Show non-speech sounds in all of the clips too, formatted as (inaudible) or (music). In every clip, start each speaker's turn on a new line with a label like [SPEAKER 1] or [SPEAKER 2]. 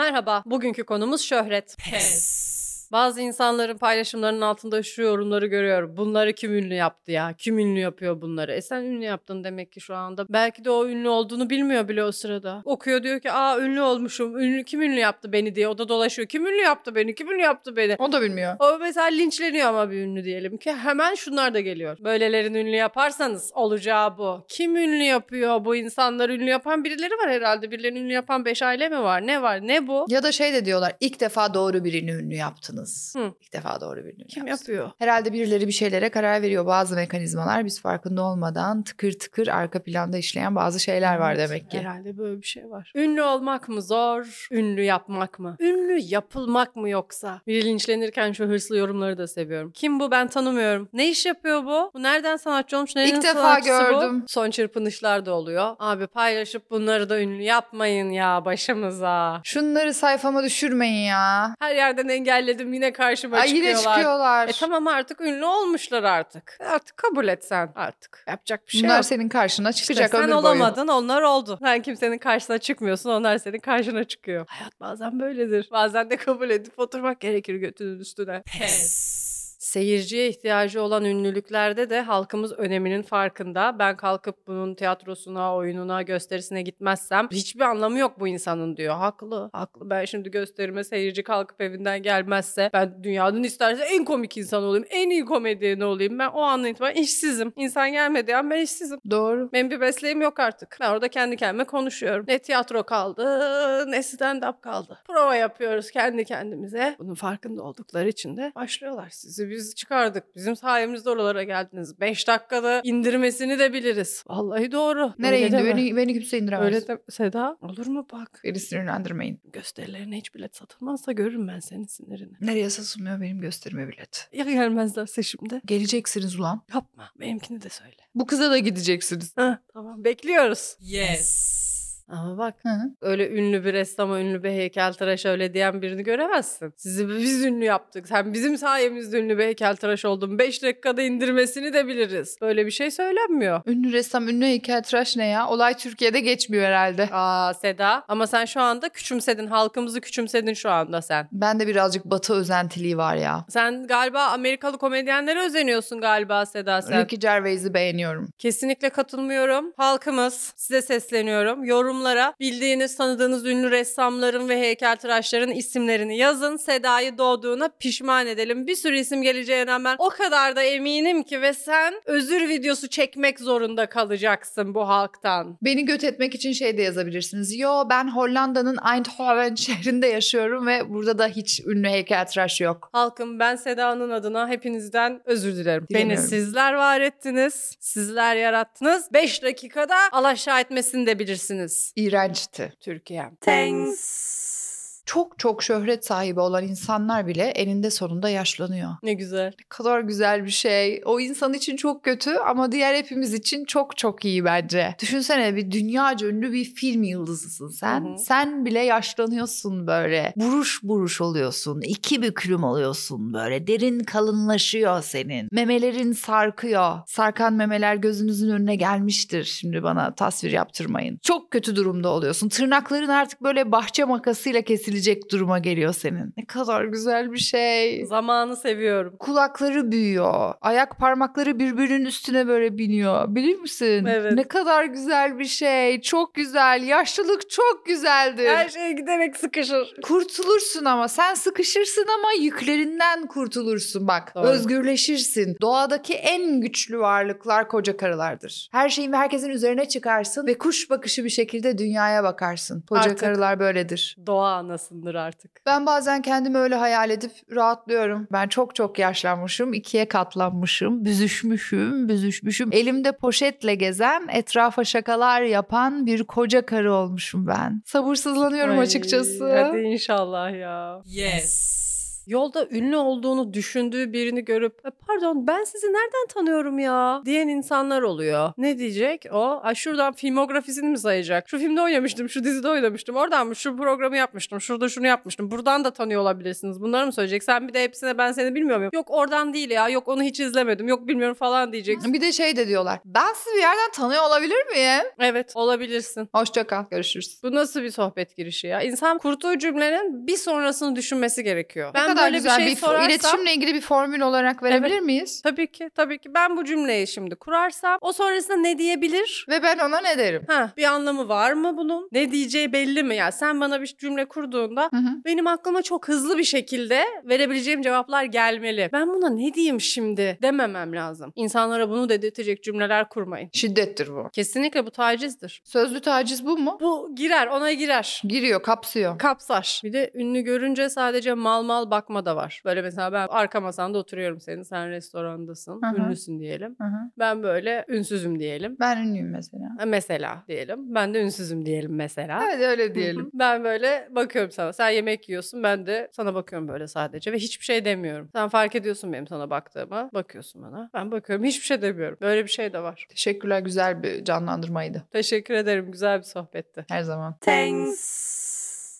[SPEAKER 1] Merhaba, bugünkü konumuz şöhret. Bazı insanların paylaşımlarının altında şu yorumları görüyorum. Bunları kim ünlü yaptı ya? Kim ünlü yapıyor bunları? E sen ünlü yaptın demek ki şu anda. Belki de o ünlü olduğunu bilmiyor bile o sırada. Okuyor diyor ki aa ünlü olmuşum. Ünlü, kim ünlü yaptı beni diye. O da dolaşıyor. Kim ünlü yaptı beni? Kim ünlü yaptı beni?
[SPEAKER 2] Onu da bilmiyor.
[SPEAKER 1] O mesela linçleniyor ama bir ünlü diyelim ki hemen şunlar da geliyor. Böylelerin ünlü yaparsanız olacağı bu. Kim ünlü yapıyor? Bu insanlar ünlü yapan birileri var herhalde. Birilerini ünlü yapan 5 aile mi var? Ne var? Ne bu?
[SPEAKER 2] Ya da şey de diyorlar ilk defa doğru birini ünlü yaptınız.
[SPEAKER 1] Hı.
[SPEAKER 2] İlk defa doğru birini ünlü
[SPEAKER 1] Kim
[SPEAKER 2] yaptınız.
[SPEAKER 1] yapıyor?
[SPEAKER 2] Herhalde birileri bir şeylere karar veriyor. Bazı mekanizmalar biz farkında olmadan tıkır tıkır arka planda işleyen bazı şeyler var
[SPEAKER 1] Evet,
[SPEAKER 2] demek ki.
[SPEAKER 1] Herhalde böyle bir şey var. Ünlü olmak mı zor? Ünlü yapmak mı? Ünlü yapılmak mı yoksa? Biri linçlenirken şu hırslı yorumları da seviyorum. Kim bu ben tanımıyorum. Ne iş yapıyor bu? Bu nereden sanatçı olmuş? Nerenin
[SPEAKER 2] İlk defa
[SPEAKER 1] sanatçısı bu?
[SPEAKER 2] gördüm.
[SPEAKER 1] Son çırpınışlar da oluyor. Abi paylaşıp bunları da ünlü yapmayın ya başımıza.
[SPEAKER 2] Şunları sayfama düşürmeyin ya.
[SPEAKER 1] Her yerden engelledim yine karşıma
[SPEAKER 2] Ay
[SPEAKER 1] çıkıyorlar.
[SPEAKER 2] yine çıkıyorlar.
[SPEAKER 1] E tamam artık ünlü olmuşlar artık. Artık kabul et sen artık. Yapacak bir şey
[SPEAKER 2] Bunlar
[SPEAKER 1] yok.
[SPEAKER 2] senin karşına
[SPEAKER 1] İşte
[SPEAKER 2] çıkacak
[SPEAKER 1] sen
[SPEAKER 2] ömür boyu.
[SPEAKER 1] olamadın onlar oldu. Sen kimsenin karşısına çıkmıyorsun onlar senin karşına çıkıyor. Hayat bazen böyledir. Bazen de kabul edip oturmak gerekir götünün üstüne. Seyirciye ihtiyacı olan ünlülüklerde de halkımız öneminin farkında. Ben kalkıp bunun tiyatrosuna, oyununa, gösterisine gitmezsem hiçbir anlamı yok bu insanın diyor. Haklı, haklı. Ben şimdi gösterime seyirci kalkıp evinden gelmezse ben dünyanın isterse en komik insan olayım, en iyi komedyeni olayım. Ben o andan itibaren işsizim. İnsan gelmediği an ben işsizim.
[SPEAKER 2] Doğru.
[SPEAKER 1] Benim bir mesleğim yok artık. Ben orada kendi kendime konuşuyorum. Ne tiyatro kaldı, ne stand-up kaldı. Prova yapıyoruz kendi kendimize. Bunun farkında oldukları için de başlıyorlar. Sizi biz çıkardık. Bizim sayemizde oralara geldiniz. 5 dakikada indirmesini de biliriz. Vallahi doğru.
[SPEAKER 2] Nereye
[SPEAKER 1] Öyle
[SPEAKER 2] indi?
[SPEAKER 1] deme.
[SPEAKER 2] Beni, beni kimse indiremez.
[SPEAKER 1] Öyle de Seda olur mu bak.
[SPEAKER 2] Beni sinirlendirmeyin.
[SPEAKER 1] Gösterilerine hiç bilet satılmazsa görürüm ben senin sinirini.
[SPEAKER 2] Nereye satılmıyor benim gösterime bileti.
[SPEAKER 1] Ya gelmezlerse şimdi?
[SPEAKER 2] Geleceksiniz ulan.
[SPEAKER 1] Yapma. Benimkini de söyle.
[SPEAKER 2] Bu kıza da gideceksiniz.
[SPEAKER 1] Hah, tamam bekliyoruz.
[SPEAKER 3] Yes.
[SPEAKER 1] Ama bak
[SPEAKER 2] Hı.
[SPEAKER 1] öyle ünlü bir ressama, ünlü bir heykeltıraş öyle diyen birini göremezsin. Sizi biz ünlü yaptık. Sen bizim sayemizde ünlü bir heykeltıraş oldun. 5 dakikada indirmesini de biliriz. Böyle bir şey söylenmiyor.
[SPEAKER 2] Ünlü ressam, ünlü heykeltıraş ne ya? Olay Türkiye'de geçmiyor herhalde.
[SPEAKER 1] Aa Seda ama sen şu anda küçümsedin. Halkımızı küçümsedin şu anda sen.
[SPEAKER 2] Ben de birazcık batı özentiliği var ya.
[SPEAKER 1] Sen galiba Amerikalı komedyenlere özeniyorsun galiba Seda sen.
[SPEAKER 2] Ricky Gervais'i beğeniyorum.
[SPEAKER 1] Kesinlikle katılmıyorum. Halkımız size sesleniyorum. Yorumlara bildiğiniz tanıdığınız ünlü ressamların ve heykeltıraşların isimlerini yazın. Seda'yı doğduğuna pişman edelim. Bir sürü isim geleceğine rağmen o kadar da eminim ki ve sen özür videosu çekmek zorunda kalacaksın bu halktan.
[SPEAKER 2] Beni göt etmek için şey de yazabilirsiniz. Yo ben Hollanda'nın Eindhoven (laughs) şehrinde yaşıyorum ve burada da hiç ünlü heykeltıraş yok.
[SPEAKER 1] Halkım ben Seda'nın adına hepinizden özür dilerim. Beni
[SPEAKER 2] Dilemiyorum.
[SPEAKER 1] sizler var ettiniz. Sizler yarattınız. 5 dakikada alaşağı etmesini de bilirsiniz.
[SPEAKER 2] İğrençti.
[SPEAKER 1] Türkiye'm.
[SPEAKER 3] Thanks.
[SPEAKER 2] Çok çok şöhret sahibi olan insanlar bile eninde sonunda yaşlanıyor.
[SPEAKER 1] Ne güzel.
[SPEAKER 2] Ne kadar güzel bir şey. O insan için çok kötü ama diğer hepimiz için çok çok iyi bence. Düşünsene bir dünyaca ünlü bir film yıldızısın sen.
[SPEAKER 1] Hı hı.
[SPEAKER 2] Sen bile yaşlanıyorsun böyle. Buruş buruş oluyorsun. İki büklüm oluyorsun böyle. Derin kalınlaşıyor senin. Memelerin sarkıyor. Sarkan memeler gözünüzün önüne gelmiştir. Şimdi bana tasvir yaptırmayın. Çok kötü durumda oluyorsun. Tırnakların artık böyle bahçe makasıyla kesilecek duruma geliyor senin. Ne kadar güzel bir şey
[SPEAKER 1] Zamanı seviyorum.
[SPEAKER 2] kulakları büyüyor. Ayak parmakları birbirinin üstüne böyle biniyor. Bilir misin?
[SPEAKER 1] Evet.
[SPEAKER 2] Ne kadar güzel bir şey. Çok güzel. Yaşlılık çok güzeldir.
[SPEAKER 1] Her şey giderek sıkışır.
[SPEAKER 2] Kurtulursun ama sen sıkışırsın ama yüklerinden kurtulursun bak.
[SPEAKER 1] Doğru.
[SPEAKER 2] Özgürleşirsin. Doğadaki en güçlü varlıklar koca karılardır. Her şeyin ve herkesin üzerine çıkarsın ve kuş bakışı bir şekilde dünyaya bakarsın. Koca
[SPEAKER 1] Artık.
[SPEAKER 2] karılar böyledir.
[SPEAKER 1] Doğa anasındır artık.
[SPEAKER 2] Ben bazen kendimi öyle hayal edip rahatlıyorum. Ben çok çok yaşlanmışım, ikiye katlanmışım, büzüşmüşüm, büzüşmüşüm. Elimde poşetle gezen, etrafa şakalar yapan bir koca karı olmuşum ben. Sabırsızlanıyorum
[SPEAKER 1] Ay,
[SPEAKER 2] açıkçası.
[SPEAKER 1] Hadi inşallah ya.
[SPEAKER 3] Yes.
[SPEAKER 1] yolda ünlü olduğunu düşündüğü birini görüp "E, pardon ben sizi nereden tanıyorum ya diyen insanlar oluyor. Ne diyecek o? Ay şuradan filmografisini mi sayacak? Şu filmde oynamıştım, şu dizide oynamıştım, oradan mı şu programı yapmıştım, şurada şunu yapmıştım, buradan da tanıyor olabilirsiniz. Bunları mı söyleyecek? Sen bir de hepsine ben seni bilmiyor muyum? Yok oradan değil ya, yok onu hiç izlemedim, yok bilmiyorum falan diyeceksin.
[SPEAKER 2] Bir de şey de diyorlar. Ben sizi bir yerden tanıyor olabilir miyim?
[SPEAKER 1] Evet olabilirsin.
[SPEAKER 2] Hoşça kal. Görüşürüz.
[SPEAKER 1] Bu nasıl bir sohbet girişi ya? İnsan kurduğu cümlenin bir sonrasını düşünmesi gerekiyor.
[SPEAKER 2] Ne kadar güzel
[SPEAKER 1] şey
[SPEAKER 2] bir, şey fo- iletişimle ilgili bir formül olarak verebilir miyiz?
[SPEAKER 1] Tabii ki tabii ki ben bu cümleyi şimdi kurarsam o sonrasında ne diyebilir?
[SPEAKER 2] Ve ben ona ne derim?
[SPEAKER 1] Ha, bir anlamı var mı bunun? Ne diyeceği belli mi? Ya sen bana bir cümle kurduğunda
[SPEAKER 2] Hı hı.
[SPEAKER 1] benim aklıma çok hızlı bir şekilde verebileceğim cevaplar gelmeli. Ben buna ne diyeyim şimdi dememem lazım. İnsanlara bunu dedirtecek cümleler kurmayın.
[SPEAKER 2] Şiddettir bu.
[SPEAKER 1] Kesinlikle bu tacizdir.
[SPEAKER 2] Sözlü taciz bu mu?
[SPEAKER 1] Bu girer, ona girer.
[SPEAKER 2] Giriyor, kapsıyor.
[SPEAKER 1] Kapsar. Bir de ünlü görünce sadece mal mal bakma da var. Böyle mesela ben arka masanda oturuyorum senin, sen restorandasın,
[SPEAKER 2] Hı hı.
[SPEAKER 1] ünlüsün diyelim.
[SPEAKER 2] Hı hı.
[SPEAKER 1] Ben böyle ünsüzüm diyelim.
[SPEAKER 2] Ben ünlüyüm mesela.
[SPEAKER 1] Ha, Mesela diyelim. Ben de ünsüzüm diyelim mesela.
[SPEAKER 2] Hadi öyle
[SPEAKER 1] Hı hı.
[SPEAKER 2] diyelim.
[SPEAKER 1] Ben böyle bakıyorum sana. Sen yemek yiyorsun. Ben de sana bakıyorum böyle sadece ve hiçbir şey demiyorum. Sen fark ediyorsun benim sana baktığımı. Bakıyorsun bana. Ben bakıyorum. Hiçbir şey demiyorum. Böyle bir şey de var.
[SPEAKER 2] Teşekkürler güzel bir canlandırmaydı.
[SPEAKER 1] Teşekkür ederim. Güzel bir sohbetti.
[SPEAKER 2] Her zaman.
[SPEAKER 3] Thanks.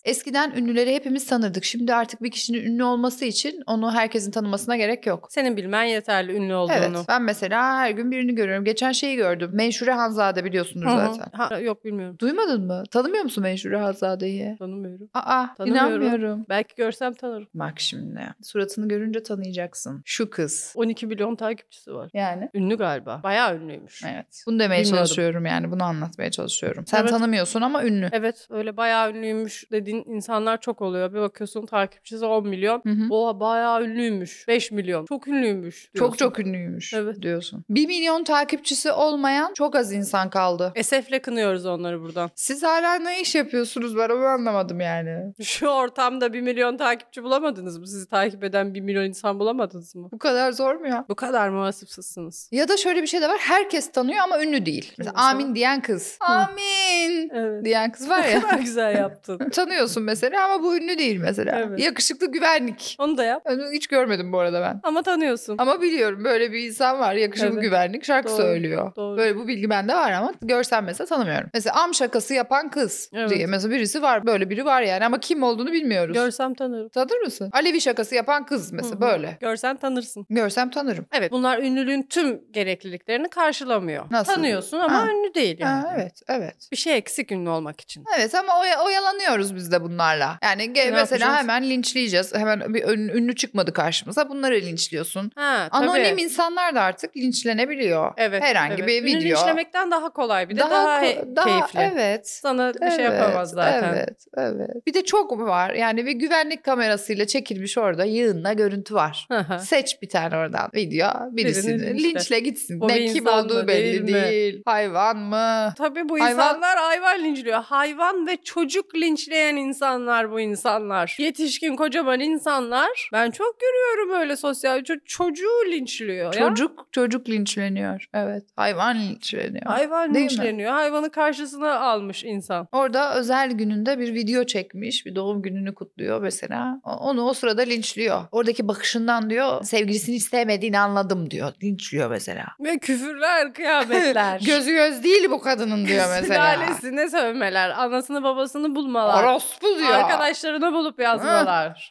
[SPEAKER 2] Eskiden ünlüleri hepimiz tanırdık. Şimdi artık bir kişinin ünlü olması için onu herkesin tanımasına gerek yok.
[SPEAKER 1] Senin bilmen yeterli ünlü olduğunu.
[SPEAKER 2] Evet ben mesela her gün birini görüyorum. Geçen şeyi gördüm. Menşure Hanzade biliyorsunuz
[SPEAKER 1] Hı hı.
[SPEAKER 2] zaten.
[SPEAKER 1] Ha, yok bilmiyorum.
[SPEAKER 2] Duymadın mı? Tanımıyor musun Menşure Hanzade'yi?
[SPEAKER 1] Tanımıyorum.
[SPEAKER 2] Aa
[SPEAKER 1] Tanımıyorum.
[SPEAKER 2] inanmıyorum.
[SPEAKER 1] Belki görsem tanırım.
[SPEAKER 2] Bak şimdi suratını görünce tanıyacaksın. Şu kız.
[SPEAKER 1] 12 milyon takipçisi var.
[SPEAKER 2] Yani
[SPEAKER 1] Ünlü galiba. Bayağı ünlüymüş.
[SPEAKER 2] Evet. Bunu demeye
[SPEAKER 1] Bilmiyordum.
[SPEAKER 2] çalışıyorum yani bunu anlatmaya çalışıyorum. Sen
[SPEAKER 1] Evet.
[SPEAKER 2] tanımıyorsun ama ünlü.
[SPEAKER 1] Evet öyle bayağı ünlüymüş dediğin insanlar çok oluyor. Bir bakıyorsun takipçisi 10 milyon.
[SPEAKER 2] Hı hı.
[SPEAKER 1] Oha bayağı ünlüymüş. 5 milyon. Çok ünlüymüş. diyorsun.
[SPEAKER 2] Çok çok ünlüymüş
[SPEAKER 1] Evet.
[SPEAKER 2] diyorsun. 1 milyon takipçisi olmayan çok az insan kaldı.
[SPEAKER 1] Esefle kınıyoruz onları buradan. (laughs)
[SPEAKER 2] Siz hala ne iş yapıyorsunuz ben onu anlamadım yani.
[SPEAKER 1] Şu ortamda 1 milyon takipçi bulamadınız mı? Sizi takip eden 1 milyon insan bulamadınız mı?
[SPEAKER 2] Bu kadar zor mu ya?
[SPEAKER 1] Bu kadar muhasipsizsiniz.
[SPEAKER 2] Ya da şöyle bir şey de var herkes tanıyor ama ünlü değil. Mesela
[SPEAKER 1] Mesela?
[SPEAKER 2] amin diyen kız. Amin
[SPEAKER 1] Evet.
[SPEAKER 2] diyen kız var
[SPEAKER 1] Ne (laughs)
[SPEAKER 2] ya.
[SPEAKER 1] kadar güzel
[SPEAKER 2] (laughs)
[SPEAKER 1] yaptın.
[SPEAKER 2] Tanıyorsun mesela ama bu ünlü değil mesela.
[SPEAKER 1] Evet.
[SPEAKER 2] Yakışıklı güvenlik.
[SPEAKER 1] Onu da yap.
[SPEAKER 2] Onu hiç görmedim bu arada ben.
[SPEAKER 1] Ama tanıyorsun.
[SPEAKER 2] Ama biliyorum böyle bir insan var yakışıklı
[SPEAKER 1] Evet.
[SPEAKER 2] güvenlik şarkı
[SPEAKER 1] Doğru,
[SPEAKER 2] söylüyor.
[SPEAKER 1] doğru.
[SPEAKER 2] Böyle bu bilgi bende var ama görsem mesela tanımıyorum. Mesela am şakası yapan kız
[SPEAKER 1] Evet.
[SPEAKER 2] diye mesela birisi var böyle biri var yani ama kim olduğunu bilmiyoruz.
[SPEAKER 1] Görsem tanırım.
[SPEAKER 2] Tanır mısın? Alevi şakası yapan kız mesela
[SPEAKER 1] Hı hı.
[SPEAKER 2] böyle.
[SPEAKER 1] Görsen tanırsın.
[SPEAKER 2] Görsem tanırım.
[SPEAKER 1] Evet bunlar ünlülüğün tüm gerekliliklerini karşılamıyor.
[SPEAKER 2] Nasıl?
[SPEAKER 1] Tanıyorsun ama
[SPEAKER 2] Ha.
[SPEAKER 1] ünlü değil yani.
[SPEAKER 2] Ha, evet evet.
[SPEAKER 1] Bir şey eksik ünlü olmak için.
[SPEAKER 2] Evet ama oya- oyalanıyoruz biz de bunlarla. Yani ge- mesela
[SPEAKER 1] yapacağız?
[SPEAKER 2] hemen linçleyeceğiz. Hemen bir ön- ünlü çıkmadı karşımıza. Bunları linçliyorsun.
[SPEAKER 1] Ha, tabii.
[SPEAKER 2] Anonim insanlar da artık linçlenebiliyor.
[SPEAKER 1] Evet,
[SPEAKER 2] Herhangi
[SPEAKER 1] evet.
[SPEAKER 2] bir
[SPEAKER 1] Ünlü
[SPEAKER 2] video.
[SPEAKER 1] linçlemekten daha kolay bir de daha, he-
[SPEAKER 2] ko- daha-
[SPEAKER 1] keyifli.
[SPEAKER 2] Evet.
[SPEAKER 1] Sana bir şey yapamaz zaten.
[SPEAKER 2] Evet, evet. Bir de çok var. Yani bir güvenlik kamerasıyla çekilmiş orada yığınla görüntü var.
[SPEAKER 1] Hı hı.
[SPEAKER 2] Seç bir tane oradan video birisini.
[SPEAKER 1] Birini linçle.
[SPEAKER 2] linçle. gitsin.
[SPEAKER 1] O bir
[SPEAKER 2] ne kim
[SPEAKER 1] insan mı,
[SPEAKER 2] olduğu belli
[SPEAKER 1] değil mi?
[SPEAKER 2] değil, Hayvan mı?
[SPEAKER 1] Tabii bu
[SPEAKER 2] Hayvan-
[SPEAKER 1] insanlar hayvan linçliyor. Hayvan ve çocuk linçleyen insanlar bu insanlar. Yetişkin kocaman insanlar. Ben çok görüyorum öyle sosyal. ço- çocuğu linçliyor ya.
[SPEAKER 2] Çocuk çocuk linçleniyor. Evet. Hayvan linçleniyor.
[SPEAKER 1] Hayvan
[SPEAKER 2] Değil mi?
[SPEAKER 1] linçleniyor. Hayvanı karşısına almış insan.
[SPEAKER 2] Orada özel gününde bir video çekmiş. Bir doğum gününü kutluyor mesela. O- Onu o sırada linçliyor. Oradaki bakışından diyor sevgilisini istemediğini anladım diyor. Linçliyor mesela.
[SPEAKER 1] Ve küfürler, kıyametler.
[SPEAKER 2] Gözü (laughs) göz değil bu kadının
[SPEAKER 1] (laughs)
[SPEAKER 2] diyor mesela.
[SPEAKER 1] Sülalesine sövmeler. Anasını babasını bulmalar.
[SPEAKER 2] Orospu diyor.
[SPEAKER 1] Arkadaşlarını bulup yazmalar.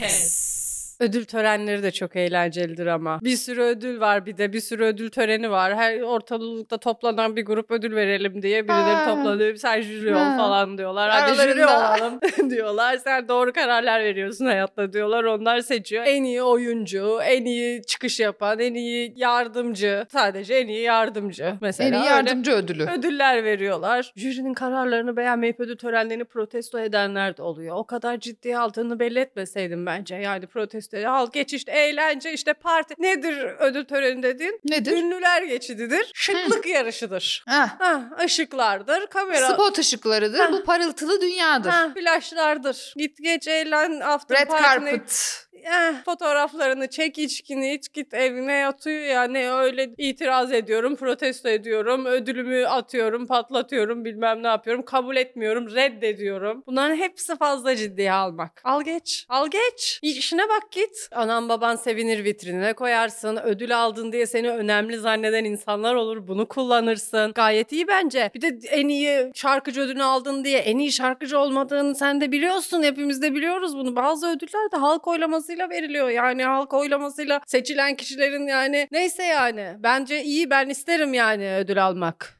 [SPEAKER 3] Pes.
[SPEAKER 1] Ödül törenleri de çok eğlencelidir ama. Bir sürü ödül var bir de bir sürü ödül töreni var. Her ortalıkta toplanan bir grup ödül verelim diye birileri
[SPEAKER 2] Ha.
[SPEAKER 1] toplanıyor. Sen jüri ol
[SPEAKER 2] Ha.
[SPEAKER 1] falan diyorlar. Hadi
[SPEAKER 2] Aralarında.
[SPEAKER 1] jüri olalım (laughs) diyorlar. Sen doğru kararlar veriyorsun hayatta diyorlar. Onlar seçiyor. En iyi oyuncu, en iyi çıkış yapan, en iyi yardımcı. Sadece en iyi yardımcı. Mesela
[SPEAKER 2] En iyi
[SPEAKER 1] öyle
[SPEAKER 2] yardımcı ödülü.
[SPEAKER 1] ödüller veriyorlar. Jürinin kararlarını beğenmeyip ödül törenlerini protesto edenler de oluyor. O kadar ciddiye aldığını belli etmeseydim bence. Yani protesto al geç işte eğlence işte parti nedir ödül töreni dediğin?
[SPEAKER 2] Nedir?
[SPEAKER 1] Ünlüler geçididir. Şıklık yarışıdır.
[SPEAKER 2] Heh.
[SPEAKER 1] Ha, ışıklardır, kamera.
[SPEAKER 2] Spot ışıklarıdır.
[SPEAKER 1] Heh.
[SPEAKER 2] Bu parıltılı dünyadır.
[SPEAKER 1] Ha, flaşlardır. Git geç eğlen after
[SPEAKER 2] Red
[SPEAKER 1] party'ne
[SPEAKER 2] carpet.
[SPEAKER 1] eh, fotoğraflarını çek içkini iç git evine yatıyor ya ne öyle itiraz ediyorum protesto ediyorum ödülümü atıyorum patlatıyorum bilmem ne yapıyorum kabul etmiyorum reddediyorum. Bunların hepsi fazla ciddiye almak. Al geç al geç işine bak git. Anan baban sevinir vitrinine koyarsın ödül aldın diye seni önemli zanneden insanlar olur bunu kullanırsın. Gayet iyi bence. Bir de en iyi şarkıcı ödülünü aldın diye en iyi şarkıcı olmadığını sen de biliyorsun. Hepimiz de biliyoruz bunu. Bazı ödüller de halk oylamasıyla veriliyor. Yani halk oylamasıyla seçilen kişilerin yani neyse yani. Bence iyi ben isterim yani ödül almak.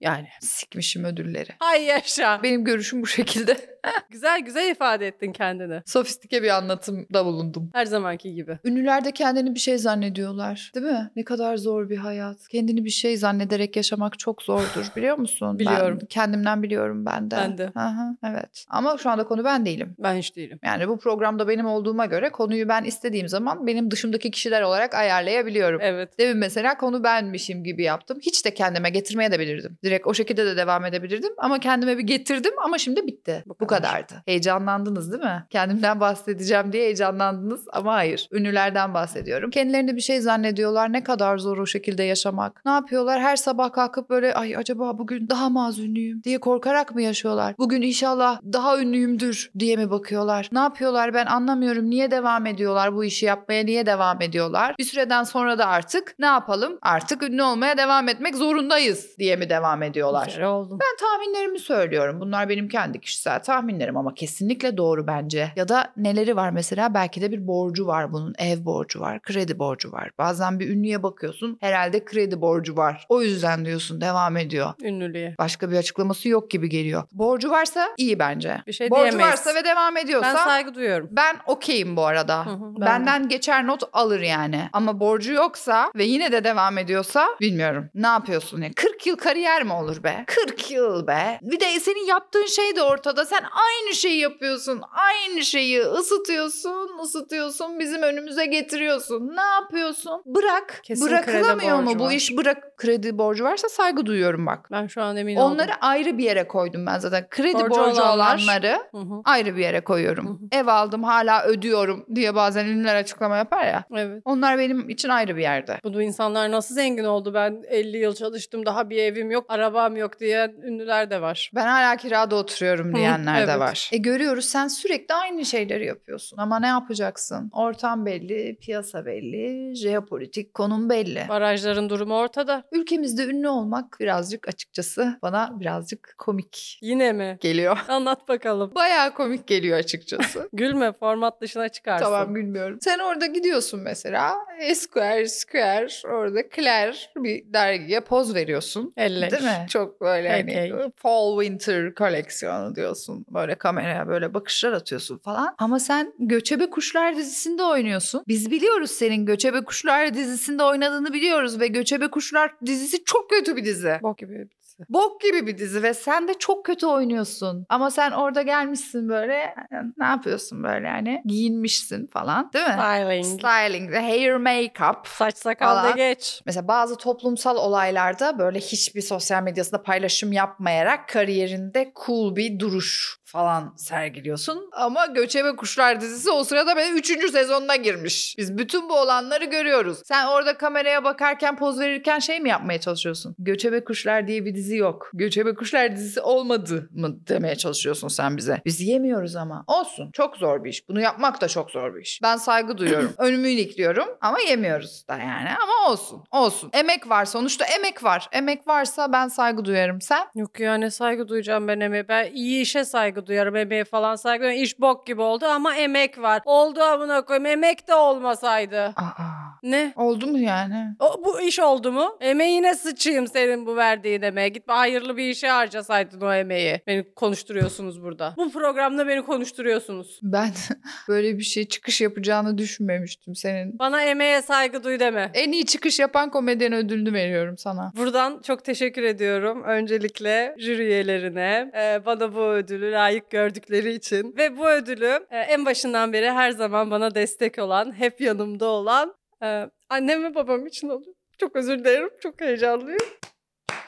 [SPEAKER 1] Yani.
[SPEAKER 2] Sikmişim ödülleri.
[SPEAKER 1] Hay
[SPEAKER 2] (laughs)
[SPEAKER 1] yaşa.
[SPEAKER 2] Benim görüşüm bu şekilde. (laughs)
[SPEAKER 1] Güzel güzel ifade ettin kendini.
[SPEAKER 2] Sofistike bir anlatımda bulundum.
[SPEAKER 1] Her zamanki gibi.
[SPEAKER 2] Ünlüler de kendini bir şey zannediyorlar. Değil mi? Ne kadar zor bir hayat. Kendini bir şey zannederek yaşamak çok zordur biliyor musun?
[SPEAKER 1] Biliyorum.
[SPEAKER 2] Ben, kendimden biliyorum ben de.
[SPEAKER 1] Ben de.
[SPEAKER 2] Aha, evet. Ama şu anda konu ben değilim.
[SPEAKER 1] Ben hiç değilim.
[SPEAKER 2] Yani bu programda benim olduğuma göre konuyu ben istediğim zaman benim dışımdaki kişiler olarak ayarlayabiliyorum.
[SPEAKER 1] Evet.
[SPEAKER 2] Demin mesela konu benmişim gibi yaptım. Hiç de kendime getirmeye de bilirdim. Direkt o şekilde de devam edebilirdim ama kendime bir getirdim ama şimdi bitti.
[SPEAKER 1] Bu
[SPEAKER 2] Bu,
[SPEAKER 1] kadar.
[SPEAKER 2] kadardı. Heyecanlandınız değil mi? Kendimden bahsedeceğim diye heyecanlandınız ama hayır. Ünlülerden bahsediyorum. Kendilerini bir şey zannediyorlar. Ne kadar zor o şekilde yaşamak. Ne yapıyorlar? Her sabah kalkıp böyle ay acaba bugün daha mı az ünlüyüm diye korkarak mı yaşıyorlar? Bugün inşallah daha ünlüyümdür diye mi bakıyorlar? Ne yapıyorlar? Ben anlamıyorum. Niye devam ediyorlar bu işi yapmaya? Niye devam ediyorlar? Bir süreden sonra da artık ne yapalım? Artık ünlü olmaya devam etmek zorundayız diye mi devam ediyorlar?
[SPEAKER 1] Güzel oldum.
[SPEAKER 2] Ben tahminlerimi söylüyorum. Bunlar benim kendi kişisel tahminlerim ama kesinlikle doğru bence. Ya da neleri var mesela? Belki de bir borcu var bunun. Ev borcu var, kredi borcu var. Bazen bir ünlüye bakıyorsun. Herhalde kredi borcu var. O yüzden diyorsun devam ediyor.
[SPEAKER 1] Ünlülüğe.
[SPEAKER 2] Başka bir açıklaması yok gibi geliyor. Borcu varsa iyi bence.
[SPEAKER 1] Bir şey
[SPEAKER 2] borcu
[SPEAKER 1] diyemeyiz.
[SPEAKER 2] varsa ve devam ediyorsa
[SPEAKER 1] Ben
[SPEAKER 2] ben,
[SPEAKER 1] saygı duyuyorum.
[SPEAKER 2] okeyim bu arada.
[SPEAKER 1] Hı hı, ben de.
[SPEAKER 2] Ah, Benden geçer not alır yani. Ama borcu yoksa ve yine de devam ediyorsa bilmiyorum. Ne yapıyorsun ya? 40 yıl kariyer mi olur be? 40 yıl be. Bir de senin yaptığın şey de ortada. Sen aynı şeyi yapıyorsun. Aynı şeyi ısıtıyorsun, ısıtıyorsun. Bizim önümüze getiriyorsun. Ne yapıyorsun? Bırak.
[SPEAKER 1] Kesin
[SPEAKER 2] Bırakılamıyor
[SPEAKER 1] kredi
[SPEAKER 2] mu
[SPEAKER 1] borcu
[SPEAKER 2] bu
[SPEAKER 1] var.
[SPEAKER 2] iş? Bırak kredi borcu varsa saygı duyuyorum bak.
[SPEAKER 1] Ben şu an emin
[SPEAKER 2] Onları
[SPEAKER 1] oldum.
[SPEAKER 2] ayrı bir yere koydum ben zaten. Kredi
[SPEAKER 1] Borcu
[SPEAKER 2] borcu
[SPEAKER 1] olanlar.
[SPEAKER 2] olanları
[SPEAKER 1] Onları...
[SPEAKER 2] ayrı bir yere
[SPEAKER 1] Hı
[SPEAKER 2] koyuyorum.
[SPEAKER 1] hı.
[SPEAKER 2] Ev aldım hala ödüyorum diye bazen ünlüler açıklama yapar ya.
[SPEAKER 1] Evet.
[SPEAKER 2] Onlar benim için ayrı bir yerde.
[SPEAKER 1] Bu insanlar nasıl zengin oldu? Ben 50 yıl çalıştım daha bir evim yok, arabam yok diye ünlüler de var.
[SPEAKER 2] Ben hala kirada oturuyorum
[SPEAKER 1] Hı,
[SPEAKER 2] diyenler
[SPEAKER 1] evet.
[SPEAKER 2] de var. E görüyoruz sen sürekli aynı şeyleri yapıyorsun. Ama ne yapacaksın? Ortam belli, piyasa belli, jeopolitik konum belli.
[SPEAKER 1] Barajların durumu ortada.
[SPEAKER 2] Ülkemizde ünlü olmak birazcık açıkçası bana birazcık komik
[SPEAKER 1] Yine mi?
[SPEAKER 2] geliyor.
[SPEAKER 1] Anlat bakalım.
[SPEAKER 2] Bayağı komik geliyor (laughs) açıkçası.
[SPEAKER 1] Gülme format dışına çıkarsın.
[SPEAKER 2] Tamam bilmiyorum. Sen orada gidiyorsun mesela Esquire Square orada Claire bir dergiye poz veriyorsun.
[SPEAKER 1] Elleş.
[SPEAKER 2] Değil mi? Çok böyle hani
[SPEAKER 1] Peki.
[SPEAKER 2] fall winter koleksiyonu diyorsun. Böyle kameraya böyle bakışlar atıyorsun falan. Ama sen Göçebe Kuşlar dizisinde oynuyorsun. Biz biliyoruz senin Göçebe Kuşlar dizisinde oynadığını biliyoruz ve Göçebe Kuşlar dizisi çok kötü bir dizi.
[SPEAKER 1] Bok gibi bir dizi.
[SPEAKER 2] Bok gibi bir dizi ve sen de çok kötü oynuyorsun. Ama sen orada gelmişsin böyle "Ee, ne yapıyorsun böyle yani giyinmişsin falan değil mi?
[SPEAKER 1] Styling.
[SPEAKER 2] Styling, hair, make-up.
[SPEAKER 1] Saç sakal da
[SPEAKER 2] Falan.
[SPEAKER 1] geç.
[SPEAKER 2] Mesela bazı toplumsal olaylarda böyle hiçbir sosyal medyasında paylaşım yapmayarak kariyerinde cool bir duruş falan sergiliyorsun. Ama Göçebe Kuşlar dizisi o sırada böyle 3. sezonuna girmiş. Biz bütün bu olanları görüyoruz. Sen orada kameraya bakarken poz verirken şey mi yapmaya çalışıyorsun? Göçebe Kuşlar diye bir dizi yok. Göçebe Kuşlar dizisi olmadı mı demeye çalışıyorsun sen bize. Biz yemiyoruz ama. Olsun. Çok zor bir iş. Bunu yapmak da çok zor bir iş. Ben saygı duyuyorum. Önümü ilikliyorum ama yemiyoruz da yani. Ama olsun. Olsun. Emek var. Sonuçta emek var. Emek varsa ben saygı duyarım. Sen?
[SPEAKER 1] Yok ya ne saygı duyacağım ben emeğe. Ben iyi işe saygı duyarım. Emeğe falan saygı duyarım. İş bok gibi oldu ama emek var. Oldu amına koyayım. Emek de olmasaydı.
[SPEAKER 2] Aa.
[SPEAKER 1] Ne?
[SPEAKER 2] Oldu mu yani?
[SPEAKER 1] O, bu iş oldu mu? Emeğine sıçayım senin bu verdiğin emeğe. Git hayırlı bir işe harcasaydın o emeği. Beni konuşturuyorsunuz burada. Bu programda beni konuşturuyorsunuz.
[SPEAKER 2] Ben (laughs) böyle bir şey çıkış yapacağını düşünmemiştim senin.
[SPEAKER 1] Bana emeğe saygı duy deme.
[SPEAKER 2] En iyi çıkış yapan komedyen ödülünü veriyorum sana.
[SPEAKER 1] Buradan çok teşekkür ediyorum öncelikle jüri üyelerine e, bana bu ödülü layık gördükleri için ve bu ödülü e, en başından beri her zaman bana destek olan, hep yanımda olan e, annem ve babam için alıyorum. Çok özür dilerim, çok heyecanlıyım.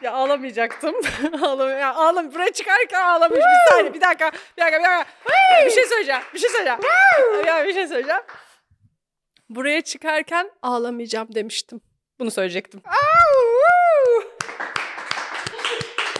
[SPEAKER 1] Ya ağlamayacaktım. (laughs) Ağlam ya ağlam buraya çıkarken ağlamış bir saniye. Bir dakika. Bir dakika. Bir dakika. Bir şey söyleyeceğim. Bir şey söyleyeceğim. ya bir şey söyleyeceğim. Buraya çıkarken ağlamayacağım demiştim. Bunu söyleyecektim.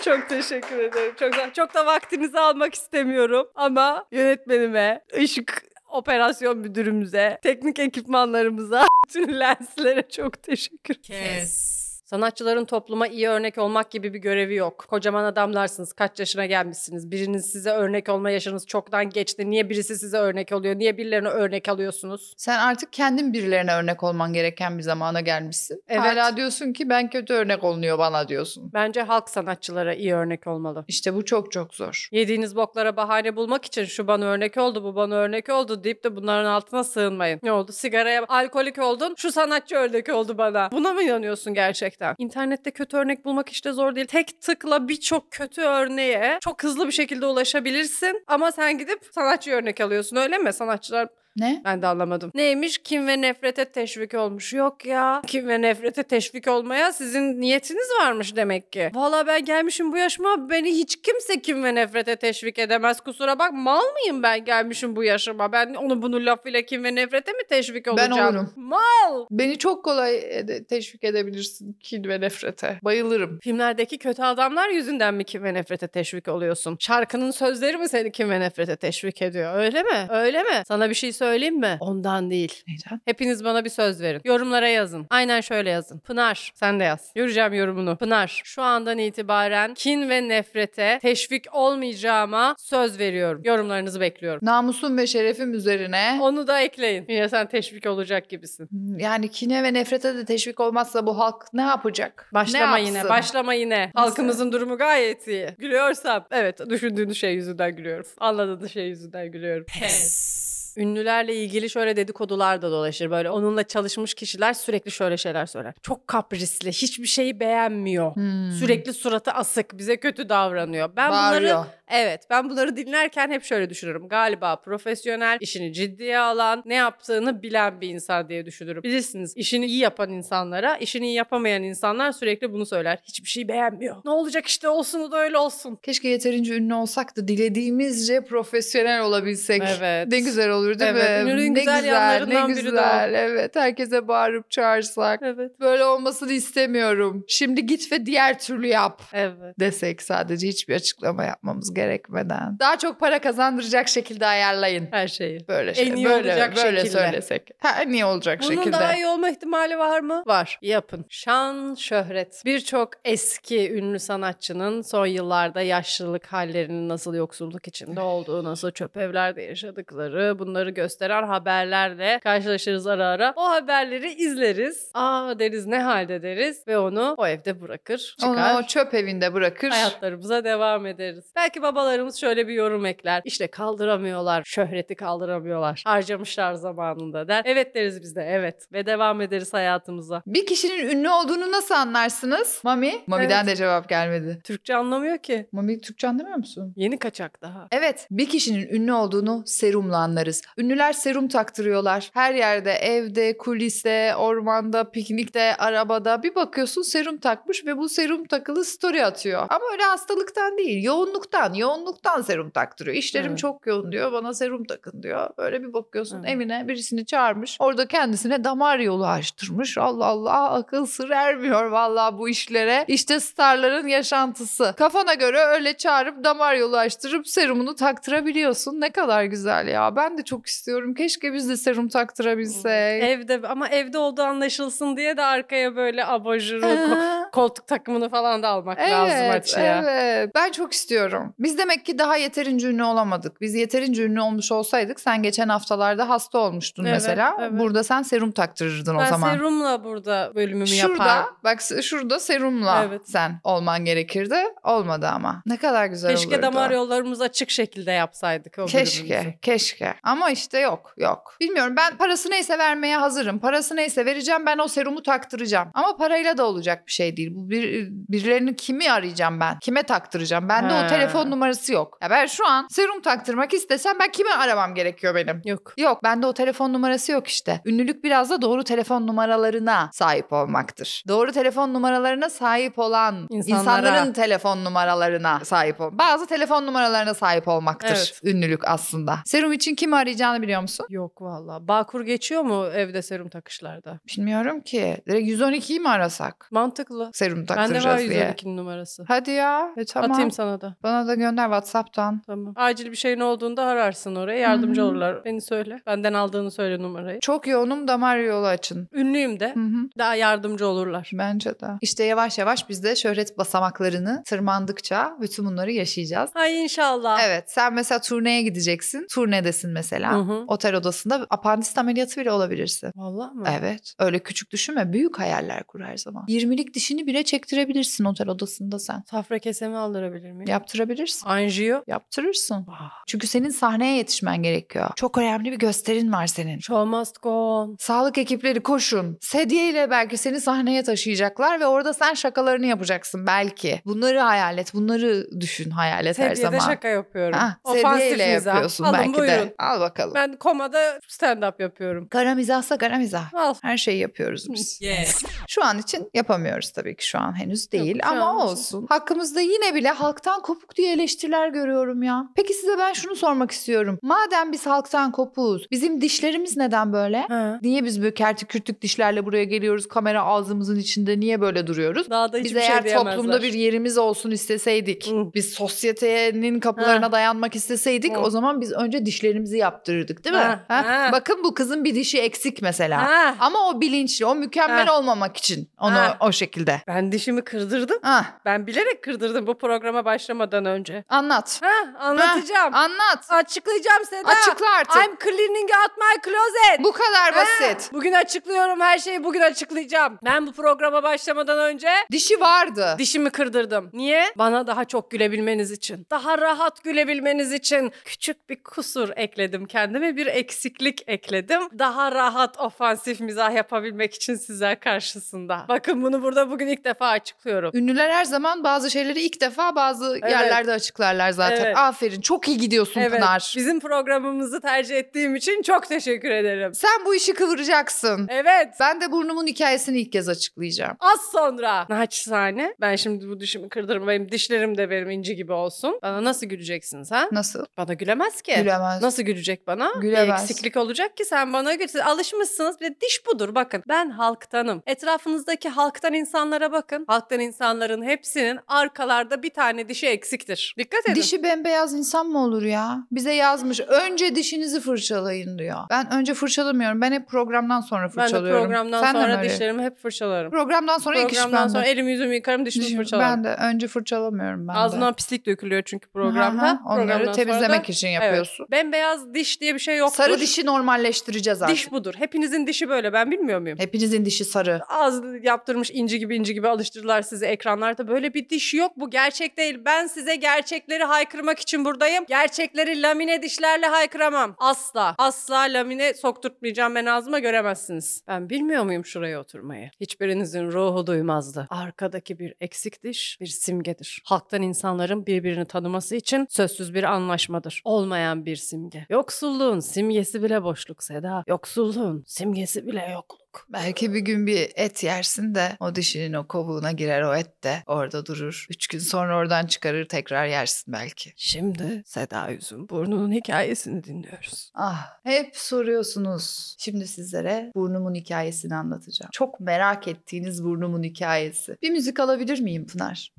[SPEAKER 1] Çok teşekkür ederim. Çok da, çok da vaktinizi almak istemiyorum ama yönetmenime, ışık operasyon müdürümüze, teknik ekipmanlarımıza, (laughs) bütün lenslere çok teşekkür
[SPEAKER 3] Kes.
[SPEAKER 1] Sanatçıların topluma iyi örnek olmak gibi bir görevi yok. Kocaman adamlarsınız, kaç yaşına gelmişsiniz. Biriniz size örnek olma yaşınız çoktan geçti. Niye birisi size örnek oluyor? Niye birilerine örnek alıyorsunuz?
[SPEAKER 2] Sen artık kendin birilerine örnek olman gereken bir zamana gelmişsin.
[SPEAKER 1] Evet.
[SPEAKER 2] Hala diyorsun ki ben kötü örnek olunuyor bana diyorsun.
[SPEAKER 1] Bence halk sanatçılara iyi örnek olmalı.
[SPEAKER 2] İşte bu çok çok zor.
[SPEAKER 1] Yediğiniz boklara bahane bulmak için şu bana örnek oldu, bu bana örnek oldu deyip de bunların altına sığınmayın. Ne oldu? Sigaraya alkolik oldun, şu sanatçı örnek oldu bana. Buna mı inanıyorsun gerçekten? İnternette kötü örnek bulmak işte zor değil. Tek tıkla birçok kötü örneğe çok hızlı bir şekilde ulaşabilirsin ama sen gidip sanatçı örnek alıyorsun öyle mi? Sanatçılar
[SPEAKER 2] Ne?
[SPEAKER 1] ben de anlamadım. Neymiş? Kim ve nefrete teşvik olmuş. Yok ya. Kim ve nefrete teşvik olmaya sizin niyetiniz varmış demek ki. Valla ben gelmişim bu yaşıma beni hiç kimse kim ve nefrete teşvik edemez. Kusura bak mal mıyım ben gelmişim bu yaşıma? Ben onu bunu lafıyla kim ve nefrete mi teşvik olacağım?
[SPEAKER 2] olurum.
[SPEAKER 1] Mal.
[SPEAKER 2] Beni çok kolay ede- teşvik edebilirsin kin ve nefrete. Bayılırım.
[SPEAKER 1] Filmlerdeki kötü adamlar yüzünden mi kim ve nefrete teşvik oluyorsun? Şarkının sözleri mi seni kim ve nefrete teşvik ediyor? Öyle mi? Öyle mi? Sana bir şey söyleyeyim mi? Ondan değil.
[SPEAKER 2] Neden?
[SPEAKER 1] Hepiniz bana bir söz verin. Yorumlara yazın. Aynen şöyle yazın. Pınar sen de yaz. Göreceğim yorumunu. Pınar şu andan itibaren kin ve nefrete teşvik olmayacağıma söz veriyorum. Yorumlarınızı bekliyorum.
[SPEAKER 2] Namusum ve şerefim üzerine
[SPEAKER 1] Onu da ekleyin. Yine sen teşvik olacak gibisin.
[SPEAKER 2] yani kine ve nefrete de teşvik olmazsa bu halk ne yapacak?
[SPEAKER 1] Başlama
[SPEAKER 2] Ne
[SPEAKER 1] yine,
[SPEAKER 2] yapsın?
[SPEAKER 1] başlama yine. Halkımızın durumu gayet iyi. Gülüyorsam, evet düşündüğünüz şey yüzünden gülüyorum. Anladığınız şey yüzünden gülüyorum.
[SPEAKER 3] Pes.
[SPEAKER 1] Ünlülerle ilgili şöyle dedikodular da dolaşır böyle. Onunla çalışmış kişiler sürekli şöyle şeyler söyler. Çok kaprisli, hiçbir şeyi beğenmiyor.
[SPEAKER 2] Hmm.
[SPEAKER 1] Sürekli suratı asık, bize kötü davranıyor. Ben bunları
[SPEAKER 2] Bağırıyor.
[SPEAKER 1] evet, ben bunları dinlerken hep şöyle düşünürüm. Galiba profesyonel, işini ciddiye alan, ne yaptığını bilen bir insan diye düşünürüm. Bilirsiniz, işini iyi yapan insanlara, işini iyi yapamayan insanlar sürekli bunu söyler. Hiçbir şey beğenmiyor. Ne olacak işte olsun o da öyle olsun.
[SPEAKER 2] Keşke yeterince ünlü olsak da dilediğimizce profesyonel olabilsek.
[SPEAKER 1] Evet.
[SPEAKER 2] Ne güzel olur değil
[SPEAKER 1] Evet,
[SPEAKER 2] mi?
[SPEAKER 1] ünlünün
[SPEAKER 2] ne
[SPEAKER 1] güzel yanlarından biri
[SPEAKER 2] ne
[SPEAKER 1] de o.
[SPEAKER 2] güzel. Evet, herkese bağırıp çağırsak.
[SPEAKER 1] Evet.
[SPEAKER 2] Böyle olmasını istemiyorum. Şimdi git ve diğer türlü yap
[SPEAKER 1] Evet.
[SPEAKER 2] desek sadece hiçbir açıklama yapmamız gerekmeden. Daha çok para kazandıracak şekilde ayarlayın.
[SPEAKER 1] Her şeyi.
[SPEAKER 2] Böyle şey,
[SPEAKER 1] En iyi
[SPEAKER 2] böyle,
[SPEAKER 1] olacak
[SPEAKER 2] böyle
[SPEAKER 1] şekilde.
[SPEAKER 2] söylesek. Ha, en iyi olacak
[SPEAKER 1] Bunun
[SPEAKER 2] şekilde.
[SPEAKER 1] daha iyi olma ihtimali var mı? Var. Yapın. Şan, şöhret. Birçok eski ünlü sanatçının son yıllarda yaşlılık hallerinin nasıl yoksulluk içinde olduğu, nasıl çöp evlerde yaşadıkları, bunları gösteren haberlerle karşılaşırız ara ara. O haberleri izleriz. Aa deriz ne halde deriz ve onu o evde bırakır, çıkar.
[SPEAKER 2] Onu o çöp evinde bırakır.
[SPEAKER 1] Hayatlarımıza devam ederiz. Belki babalarımız şöyle bir yorum ekler. İşte kaldıramıyorlar, şöhreti kaldıramıyorlar. Harcamışlar zamanında der. Evet deriz biz de evet ve devam ederiz hayatımıza.
[SPEAKER 2] Bir kişinin ünlü olduğunu nasıl anlarsınız? Mami? Mami'den
[SPEAKER 1] Evet.
[SPEAKER 2] de cevap gelmedi.
[SPEAKER 1] Türkçe anlamıyor ki.
[SPEAKER 2] Mami Türkçe anlamıyor musun?
[SPEAKER 1] Yeni kaçak daha.
[SPEAKER 2] Evet, bir kişinin ünlü olduğunu serumla anlarız. Ünlüler serum taktırıyorlar. Her yerde, evde, kuliste, ormanda, piknikte, arabada bir bakıyorsun serum takmış ve bu serum takılı story atıyor. Ama öyle hastalıktan değil, yoğunluktan, yoğunluktan serum taktırıyor. İşlerim
[SPEAKER 1] Evet.
[SPEAKER 2] çok yoğun diyor, bana serum takın diyor. Böyle bir bakıyorsun
[SPEAKER 1] Evet.
[SPEAKER 2] evine birisini çağırmış. Orada kendisine damar yolu açtırmış. Allah Allah akıl sır ermiyor vallahi bu işlere. İşte starların yaşantısı. Kafana göre öyle çağırıp damar yolu açtırıp serumunu taktırabiliyorsun. Ne kadar güzel ya. Ben de çok istiyorum. Keşke biz de serum taktırabilsek.
[SPEAKER 1] Evde ama evde olduğu anlaşılsın diye de arkaya böyle abajuru, ko-
[SPEAKER 2] Ha,
[SPEAKER 1] koltuk takımını falan da almak (laughs) lazım
[SPEAKER 2] Evet,
[SPEAKER 1] açıya.
[SPEAKER 2] evet. Ben çok istiyorum. Biz demek ki daha yeterince ünlü olamadık. Biz yeterince ünlü olmuş olsaydık sen geçen haftalarda hasta olmuştun
[SPEAKER 1] Evet,
[SPEAKER 2] mesela.
[SPEAKER 1] evet.
[SPEAKER 2] Burada sen serum taktırırdın
[SPEAKER 1] Ben
[SPEAKER 2] o zaman.
[SPEAKER 1] serumla burada bölümümü
[SPEAKER 2] Şurada
[SPEAKER 1] yapardım.
[SPEAKER 2] bak s- şurada serumla
[SPEAKER 1] Evet.
[SPEAKER 2] sen olman gerekirdi. Olmadı ama. Ne kadar güzel olurdu.
[SPEAKER 1] Keşke damar yollarımız açık şekilde yapsaydık o bölümümüzü.
[SPEAKER 2] Keşke, keşke. Ama işte yok, yok. Bilmiyorum ben parası neyse vermeye hazırım. Parası neyse vereceğim ben o serumu taktıracağım. Ama parayla da olacak bir şey değil. Bu bir, birilerini kimi arayacağım ben? Kime taktıracağım? Bende
[SPEAKER 1] Ha.
[SPEAKER 2] o telefon numarası yok. Ya ben şu an serum taktırmak istesem ben kimi aramam gerekiyor benim?
[SPEAKER 1] Yok.
[SPEAKER 2] Yok bende o telefon numarası yok işte. Ünlülük biraz da doğru telefon numaralarına sahip olmaktır. Doğru telefon numaralarına sahip olan
[SPEAKER 1] İnsanlara.
[SPEAKER 2] insanların telefon numaralarına sahip ol. Bazı telefon numaralarına sahip olmaktır
[SPEAKER 1] Evet.
[SPEAKER 2] ünlülük aslında. Serum için kimi arayacağını biliyor musun?
[SPEAKER 1] Yok valla. Bağkur geçiyor mu evde serum takışlarda?
[SPEAKER 2] Bilmiyorum ki. Direkt 112'yi mi arasak?
[SPEAKER 1] Mantıklı.
[SPEAKER 2] Serum
[SPEAKER 1] Bende
[SPEAKER 2] taktıracağız
[SPEAKER 1] var
[SPEAKER 2] diye.
[SPEAKER 1] 112'nin numarası.
[SPEAKER 2] Hadi ya. E, tamam.
[SPEAKER 1] Atayım sana da.
[SPEAKER 2] Bana da gönder Whatsapp'tan.
[SPEAKER 1] Tamam. Acil bir şeyin olduğunda ararsın oraya. Yardımcı
[SPEAKER 2] Hı hı.
[SPEAKER 1] olurlar. Beni söyle. Benden aldığını söyle numarayı.
[SPEAKER 2] Çok yoğunum damar yolu açın.
[SPEAKER 1] Ünlüyüm de.
[SPEAKER 2] Hı hı.
[SPEAKER 1] Daha yardımcı olurlar.
[SPEAKER 2] Bence de. İşte yavaş yavaş biz de şöhret basamaklarını tırmandıkça bütün bunları yaşayacağız.
[SPEAKER 1] Ay inşallah.
[SPEAKER 2] Evet sen mesela turneye gideceksin. Turnedesin mesela.
[SPEAKER 1] Ah. Hı hı.
[SPEAKER 2] Otel odasında apandist ameliyatı bile olabilirsin.
[SPEAKER 1] Valla mı?
[SPEAKER 2] Evet. Öyle küçük düşünme. Büyük hayaller kur her zaman. 20'lik dişini bile çektirebilirsin otel odasında sen.
[SPEAKER 1] Safra kesemi aldırabilir miyim? Ah.
[SPEAKER 2] Yaptırabilirsin.
[SPEAKER 1] Anjiyo.
[SPEAKER 2] Yaptırırsın. Çünkü senin sahneye yetişmen gerekiyor. Çok önemli bir gösterin var senin.
[SPEAKER 1] Show must go on.
[SPEAKER 2] Sağlık ekipleri koşun. Sedye ile belki seni sahneye taşıyacaklar ve orada sen şakalarını yapacaksın belki. Bunları hayal et, bunları düşün hayal et her
[SPEAKER 1] Sedyede
[SPEAKER 2] zaman.
[SPEAKER 1] şaka yapıyorum.
[SPEAKER 2] Ha,
[SPEAKER 1] Ofansif
[SPEAKER 2] sedyeyle
[SPEAKER 1] mizah.
[SPEAKER 2] yapıyorsun
[SPEAKER 1] Alın
[SPEAKER 2] belki
[SPEAKER 1] buyurun.
[SPEAKER 2] de. Al bakalım.
[SPEAKER 1] Ben komada stand-up yapıyorum.
[SPEAKER 2] Kara mizahsa kara mizah.
[SPEAKER 1] Al.
[SPEAKER 2] Her şeyi yapıyoruz biz.
[SPEAKER 3] Yes.
[SPEAKER 2] Şu an için yapamıyoruz tabii ki şu an henüz değil
[SPEAKER 1] şu an
[SPEAKER 2] ama
[SPEAKER 1] için.
[SPEAKER 2] olsun. Hakkımızda yine bile halktan kopuk diye eleştiriler görüyorum ya. Peki size ben şunu sormak istiyorum. Madem biz halktan kopuğuz, bizim dişlerimiz neden böyle?
[SPEAKER 1] Ha.
[SPEAKER 2] Niye biz böyle kerti kürtük dişlerle buraya geliyoruz? Kamera ağzımızın içinde niye böyle duruyoruz?
[SPEAKER 1] Daha da hiçbir
[SPEAKER 2] Biz
[SPEAKER 1] şey
[SPEAKER 2] eğer
[SPEAKER 1] diyemezler.
[SPEAKER 2] toplumda bir yerimiz olsun isteseydik,
[SPEAKER 1] Hı.
[SPEAKER 2] biz sosyetenin kapılarına
[SPEAKER 1] Ha.
[SPEAKER 2] dayanmak isteseydik
[SPEAKER 1] Hı.
[SPEAKER 2] o zaman biz önce dişlerimizi yaptırırdık değil mi?
[SPEAKER 1] Ha,
[SPEAKER 2] Ha?
[SPEAKER 1] ha.
[SPEAKER 2] Bakın bu kızın bir dişi eksik mesela.
[SPEAKER 1] Ha.
[SPEAKER 2] Ama o bilinçli, o mükemmel olmamak için onu
[SPEAKER 1] Ha.
[SPEAKER 2] o şekilde.
[SPEAKER 1] Ben dişimi kırdırdım.
[SPEAKER 2] Ah,
[SPEAKER 1] Ben bilerek kırdırdım bu programa başlamadan önce.
[SPEAKER 2] anlat.
[SPEAKER 1] Ha, anlatacağım.
[SPEAKER 2] Anlat.
[SPEAKER 1] Açıklayacağım Seda.
[SPEAKER 2] Açıkla artık.
[SPEAKER 1] I'm cleaning out my closet.
[SPEAKER 2] Bu kadar basit.
[SPEAKER 1] Bugün açıklıyorum her şeyi bugün açıklayacağım. Ben bu programa başlamadan önce
[SPEAKER 2] Dişi vardı.
[SPEAKER 1] dişimi kırdırdım. Niye? Bana daha çok gülebilmeniz için. Daha rahat gülebilmeniz için küçük bir kusur ekledim kendime. Bir eksiklik ekledim. Daha rahat ofansif mizah yapabilmek için sizler karşısında. Bakın bunu burada bugün ilk defa açıklıyorum.
[SPEAKER 2] Ünlüler her zaman bazı şeyleri ilk defa bazı
[SPEAKER 1] Evet.
[SPEAKER 2] yerlerde açıklarlar zaten.
[SPEAKER 1] Evet.
[SPEAKER 2] Aferin çok iyi gidiyorsun
[SPEAKER 1] Evet,
[SPEAKER 2] Pınar.
[SPEAKER 1] bizim programımızı tercih ettiğim için çok teşekkür ederim.
[SPEAKER 2] Sen bu işi kıvıracaksın.
[SPEAKER 1] Evet.
[SPEAKER 2] Ben de burnumun hikayesini ilk kez açıklayacağım.
[SPEAKER 1] Az sonra naçizane ben şimdi bu dişimi kırdırırım benim dişlerim de benim inci gibi olsun. Bana nasıl güleceksiniz ha?
[SPEAKER 2] Nasıl?
[SPEAKER 1] Bana gülemez ki.
[SPEAKER 2] Gülemez.
[SPEAKER 1] Nasıl gülecek bana? Bir
[SPEAKER 2] Gülemez.
[SPEAKER 1] eksiklik olacak ki sen bana gül. Siz alışmışsınız. Bir de diş budur bakın. Ben halktanım. Etrafınızdaki halktan insanlara bakın. Halktan insanların hepsinin arkalarda bir tane dişi eksiktir. Dikkat edin.
[SPEAKER 2] Dişi bembeyaz insan mı olur ya? Bize yazmış önce dişinizi fırçalayın diyor. Ben önce fırçalamıyorum. Ben hep programdan sonra
[SPEAKER 1] ben de
[SPEAKER 2] fırçalıyorum.
[SPEAKER 1] programdan
[SPEAKER 2] Sen de mi
[SPEAKER 1] sonra
[SPEAKER 2] öyle?
[SPEAKER 1] dişlerimi hep fırçalarım.
[SPEAKER 2] Programdan sonra ilk iş
[SPEAKER 1] programdan
[SPEAKER 2] bende.
[SPEAKER 1] sonra elimi yüzümü yıkarım dişimi
[SPEAKER 2] Dişim-
[SPEAKER 1] fırçalarım.
[SPEAKER 2] Ben de önce fırçalamıyorum ben
[SPEAKER 1] Ağzından
[SPEAKER 2] de.
[SPEAKER 1] pislik dökülüyor çünkü
[SPEAKER 2] Hı
[SPEAKER 1] programda.
[SPEAKER 2] hı,
[SPEAKER 1] Programdan sonra
[SPEAKER 2] Onları
[SPEAKER 1] da-
[SPEAKER 2] temizlemek için
[SPEAKER 1] Evet.
[SPEAKER 2] yapıyorsun.
[SPEAKER 1] Bembeyaz diş diye bir şey yoktur.
[SPEAKER 2] Sarı dişi normalleştireceğiz artık.
[SPEAKER 1] Diş budur. Hepinizin dişi böyle ben bilmiyor muyum?
[SPEAKER 2] Hepinizin dişi sarı.
[SPEAKER 1] Ağız yaptırmış inci gibi inci gibi alıştırdılar sizi ekranlarda. Böyle bir diş yok bu gerçek değil. Ben size gerçekleri haykırmak için buradayım. Gerçekleri lamine dişlerle haykıramam. Asla. Asla lamine sokturtmayacağım ben ağzıma göremezsiniz. Ben bilmiyor muyum şuraya oturmayı? Hiçbirinizin ruhu duymazdı. Arkadaki bir eksik diş bir simgedir. Halktan insanların birbirini tanıması için sözsüz bir anlaşmadır. Olmayan bir simge. Yoksulluğun simgesi bile boşluk Seda. Yoksulluğun simgesi bile yokluk.
[SPEAKER 2] Belki bir gün bir et yersin de o dişinin o kovuğuna girer o et de orada durur. Üç gün sonra oradan çıkarır tekrar yersin belki.
[SPEAKER 1] Şimdi Seda Yüz'ün burnunun hikayesini dinliyoruz.
[SPEAKER 2] Ah hep soruyorsunuz. Şimdi sizlere burnumun hikayesini anlatacağım. Çok merak ettiğiniz burnumun hikayesi. Bir müzik alabilir miyim Pınar?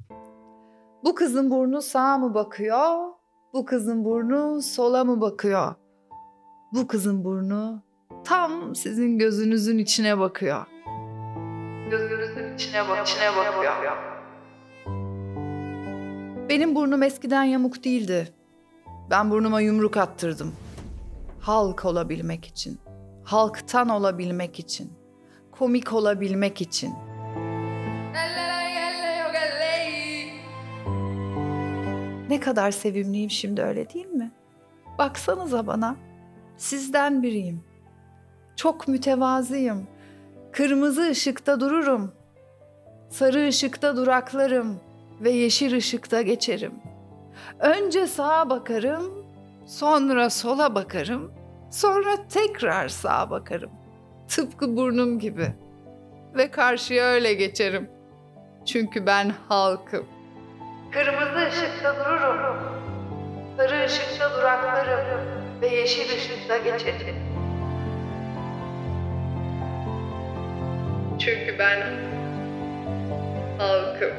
[SPEAKER 2] Bu kızın burnu sağa mı bakıyor? Bu kızın burnu sola mı bakıyor? Bu kızın burnu tam sizin gözünüzün içine bakıyor. Gözünüzün içine bak, içine bakıyor. Benim burnum eskiden yamuk değildi. Ben burnuma yumruk attırdım halk olabilmek için, halktan olabilmek için, komik olabilmek için. Ne kadar sevimliyim şimdi öyle değil mi? Baksanıza bana. Sizden biriyim. Çok mütevazıyım. Kırmızı ışıkta dururum. Sarı ışıkta duraklarım ve yeşil ışıkta geçerim. Önce sağa bakarım, Sonra sola bakarım. Sonra tekrar sağa bakarım. Tıpkı burnum gibi. Ve karşıya öyle geçerim. Çünkü ben halkım. Kırmızı ışıkta dururum. Sarı ışıkta duraklarım.
[SPEAKER 4] ve yeşil ışıkla geçelim. Çünkü ben halkım.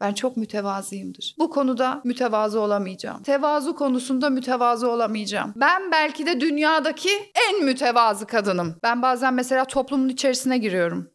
[SPEAKER 2] Ben çok mütevazıyımdır. Bu konuda mütevazı olamayacağım. Tevazu konusunda mütevazı olamayacağım. Ben belki de dünyadaki en mütevazı kadınım. Ben bazen mesela toplumun içerisine giriyorum.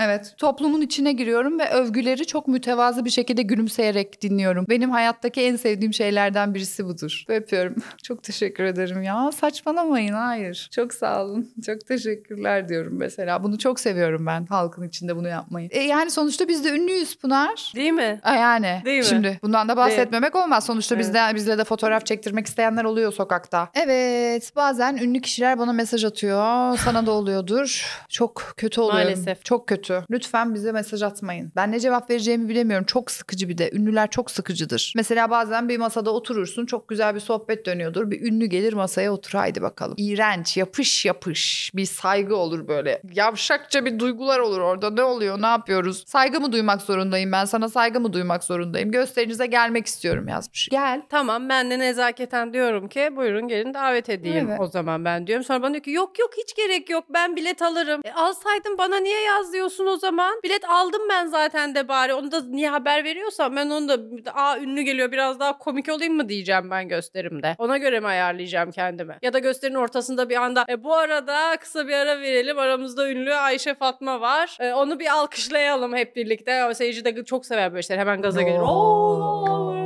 [SPEAKER 2] Evet, toplumun içine giriyorum ve övgüleri çok mütevazı bir şekilde gülümseyerek dinliyorum. Benim hayattaki en sevdiğim şeylerden birisi budur. Öpüyorum. (laughs) Çok teşekkür ederim ya. Saçmalamayın, hayır. Çok sağ olun. Çok teşekkürler diyorum mesela. Bunu çok seviyorum ben halkın içinde bunu yapmayı. E, yani sonuçta biz de ünlüyüz Pınar.
[SPEAKER 1] Değil mi?
[SPEAKER 2] E yani
[SPEAKER 1] Değil mi?
[SPEAKER 2] şimdi bundan da bahsetmemek olmaz. Sonuçta bizde bizle de fotoğraf çektirmek isteyenler oluyor sokakta. Evet, bazen ünlü kişiler bana mesaj atıyor. Sana da oluyordur. Çok kötü oluyorum.
[SPEAKER 1] Maalesef.
[SPEAKER 2] Çok kötü. Lütfen bize mesaj atmayın. Ben ne cevap vereceğimi bilemiyorum. Çok sıkıcı bir de. Ünlüler çok sıkıcıdır. Mesela bazen bir masada oturursun. Çok güzel bir sohbet dönüyordur. Bir ünlü gelir masaya otur haydi bakalım. İğrenç, yapış yapış. Bir saygı olur böyle. Yavşakça bir duygular olur orada. Ne oluyor, ne yapıyoruz? Saygı mı duymak zorundayım ben? Sana saygı mı duymak zorundayım? Gösterinize gelmek istiyorum yazmış. Gel.
[SPEAKER 1] Tamam ben de nezaketen diyorum ki buyurun gelin davet edeyim
[SPEAKER 2] Evet.
[SPEAKER 1] o zaman ben diyorum. Sonra bana diyor ki yok yok hiç gerek yok ben bilet alırım. E, alsaydın bana niye yaz diyorsun o zaman? Bilet aldım ben zaten de bari onu da niye haber veriyorsan ben onu da aa ünlü geliyor biraz daha komik olayım mı diyeceğim ben gösterimde. Ona göre mi ayarlayacağım kendimi? Ya da gösterinin ortasında bir anda e, bu arada kısa bir ara verelim aramızda ünlü Ayşe Fatma var. E, onu bir alkışlayalım hep birlikte. O seyirci de çok sever böyle şeyler hemen gaza gelir.
[SPEAKER 4] Oo.
[SPEAKER 1] Oo.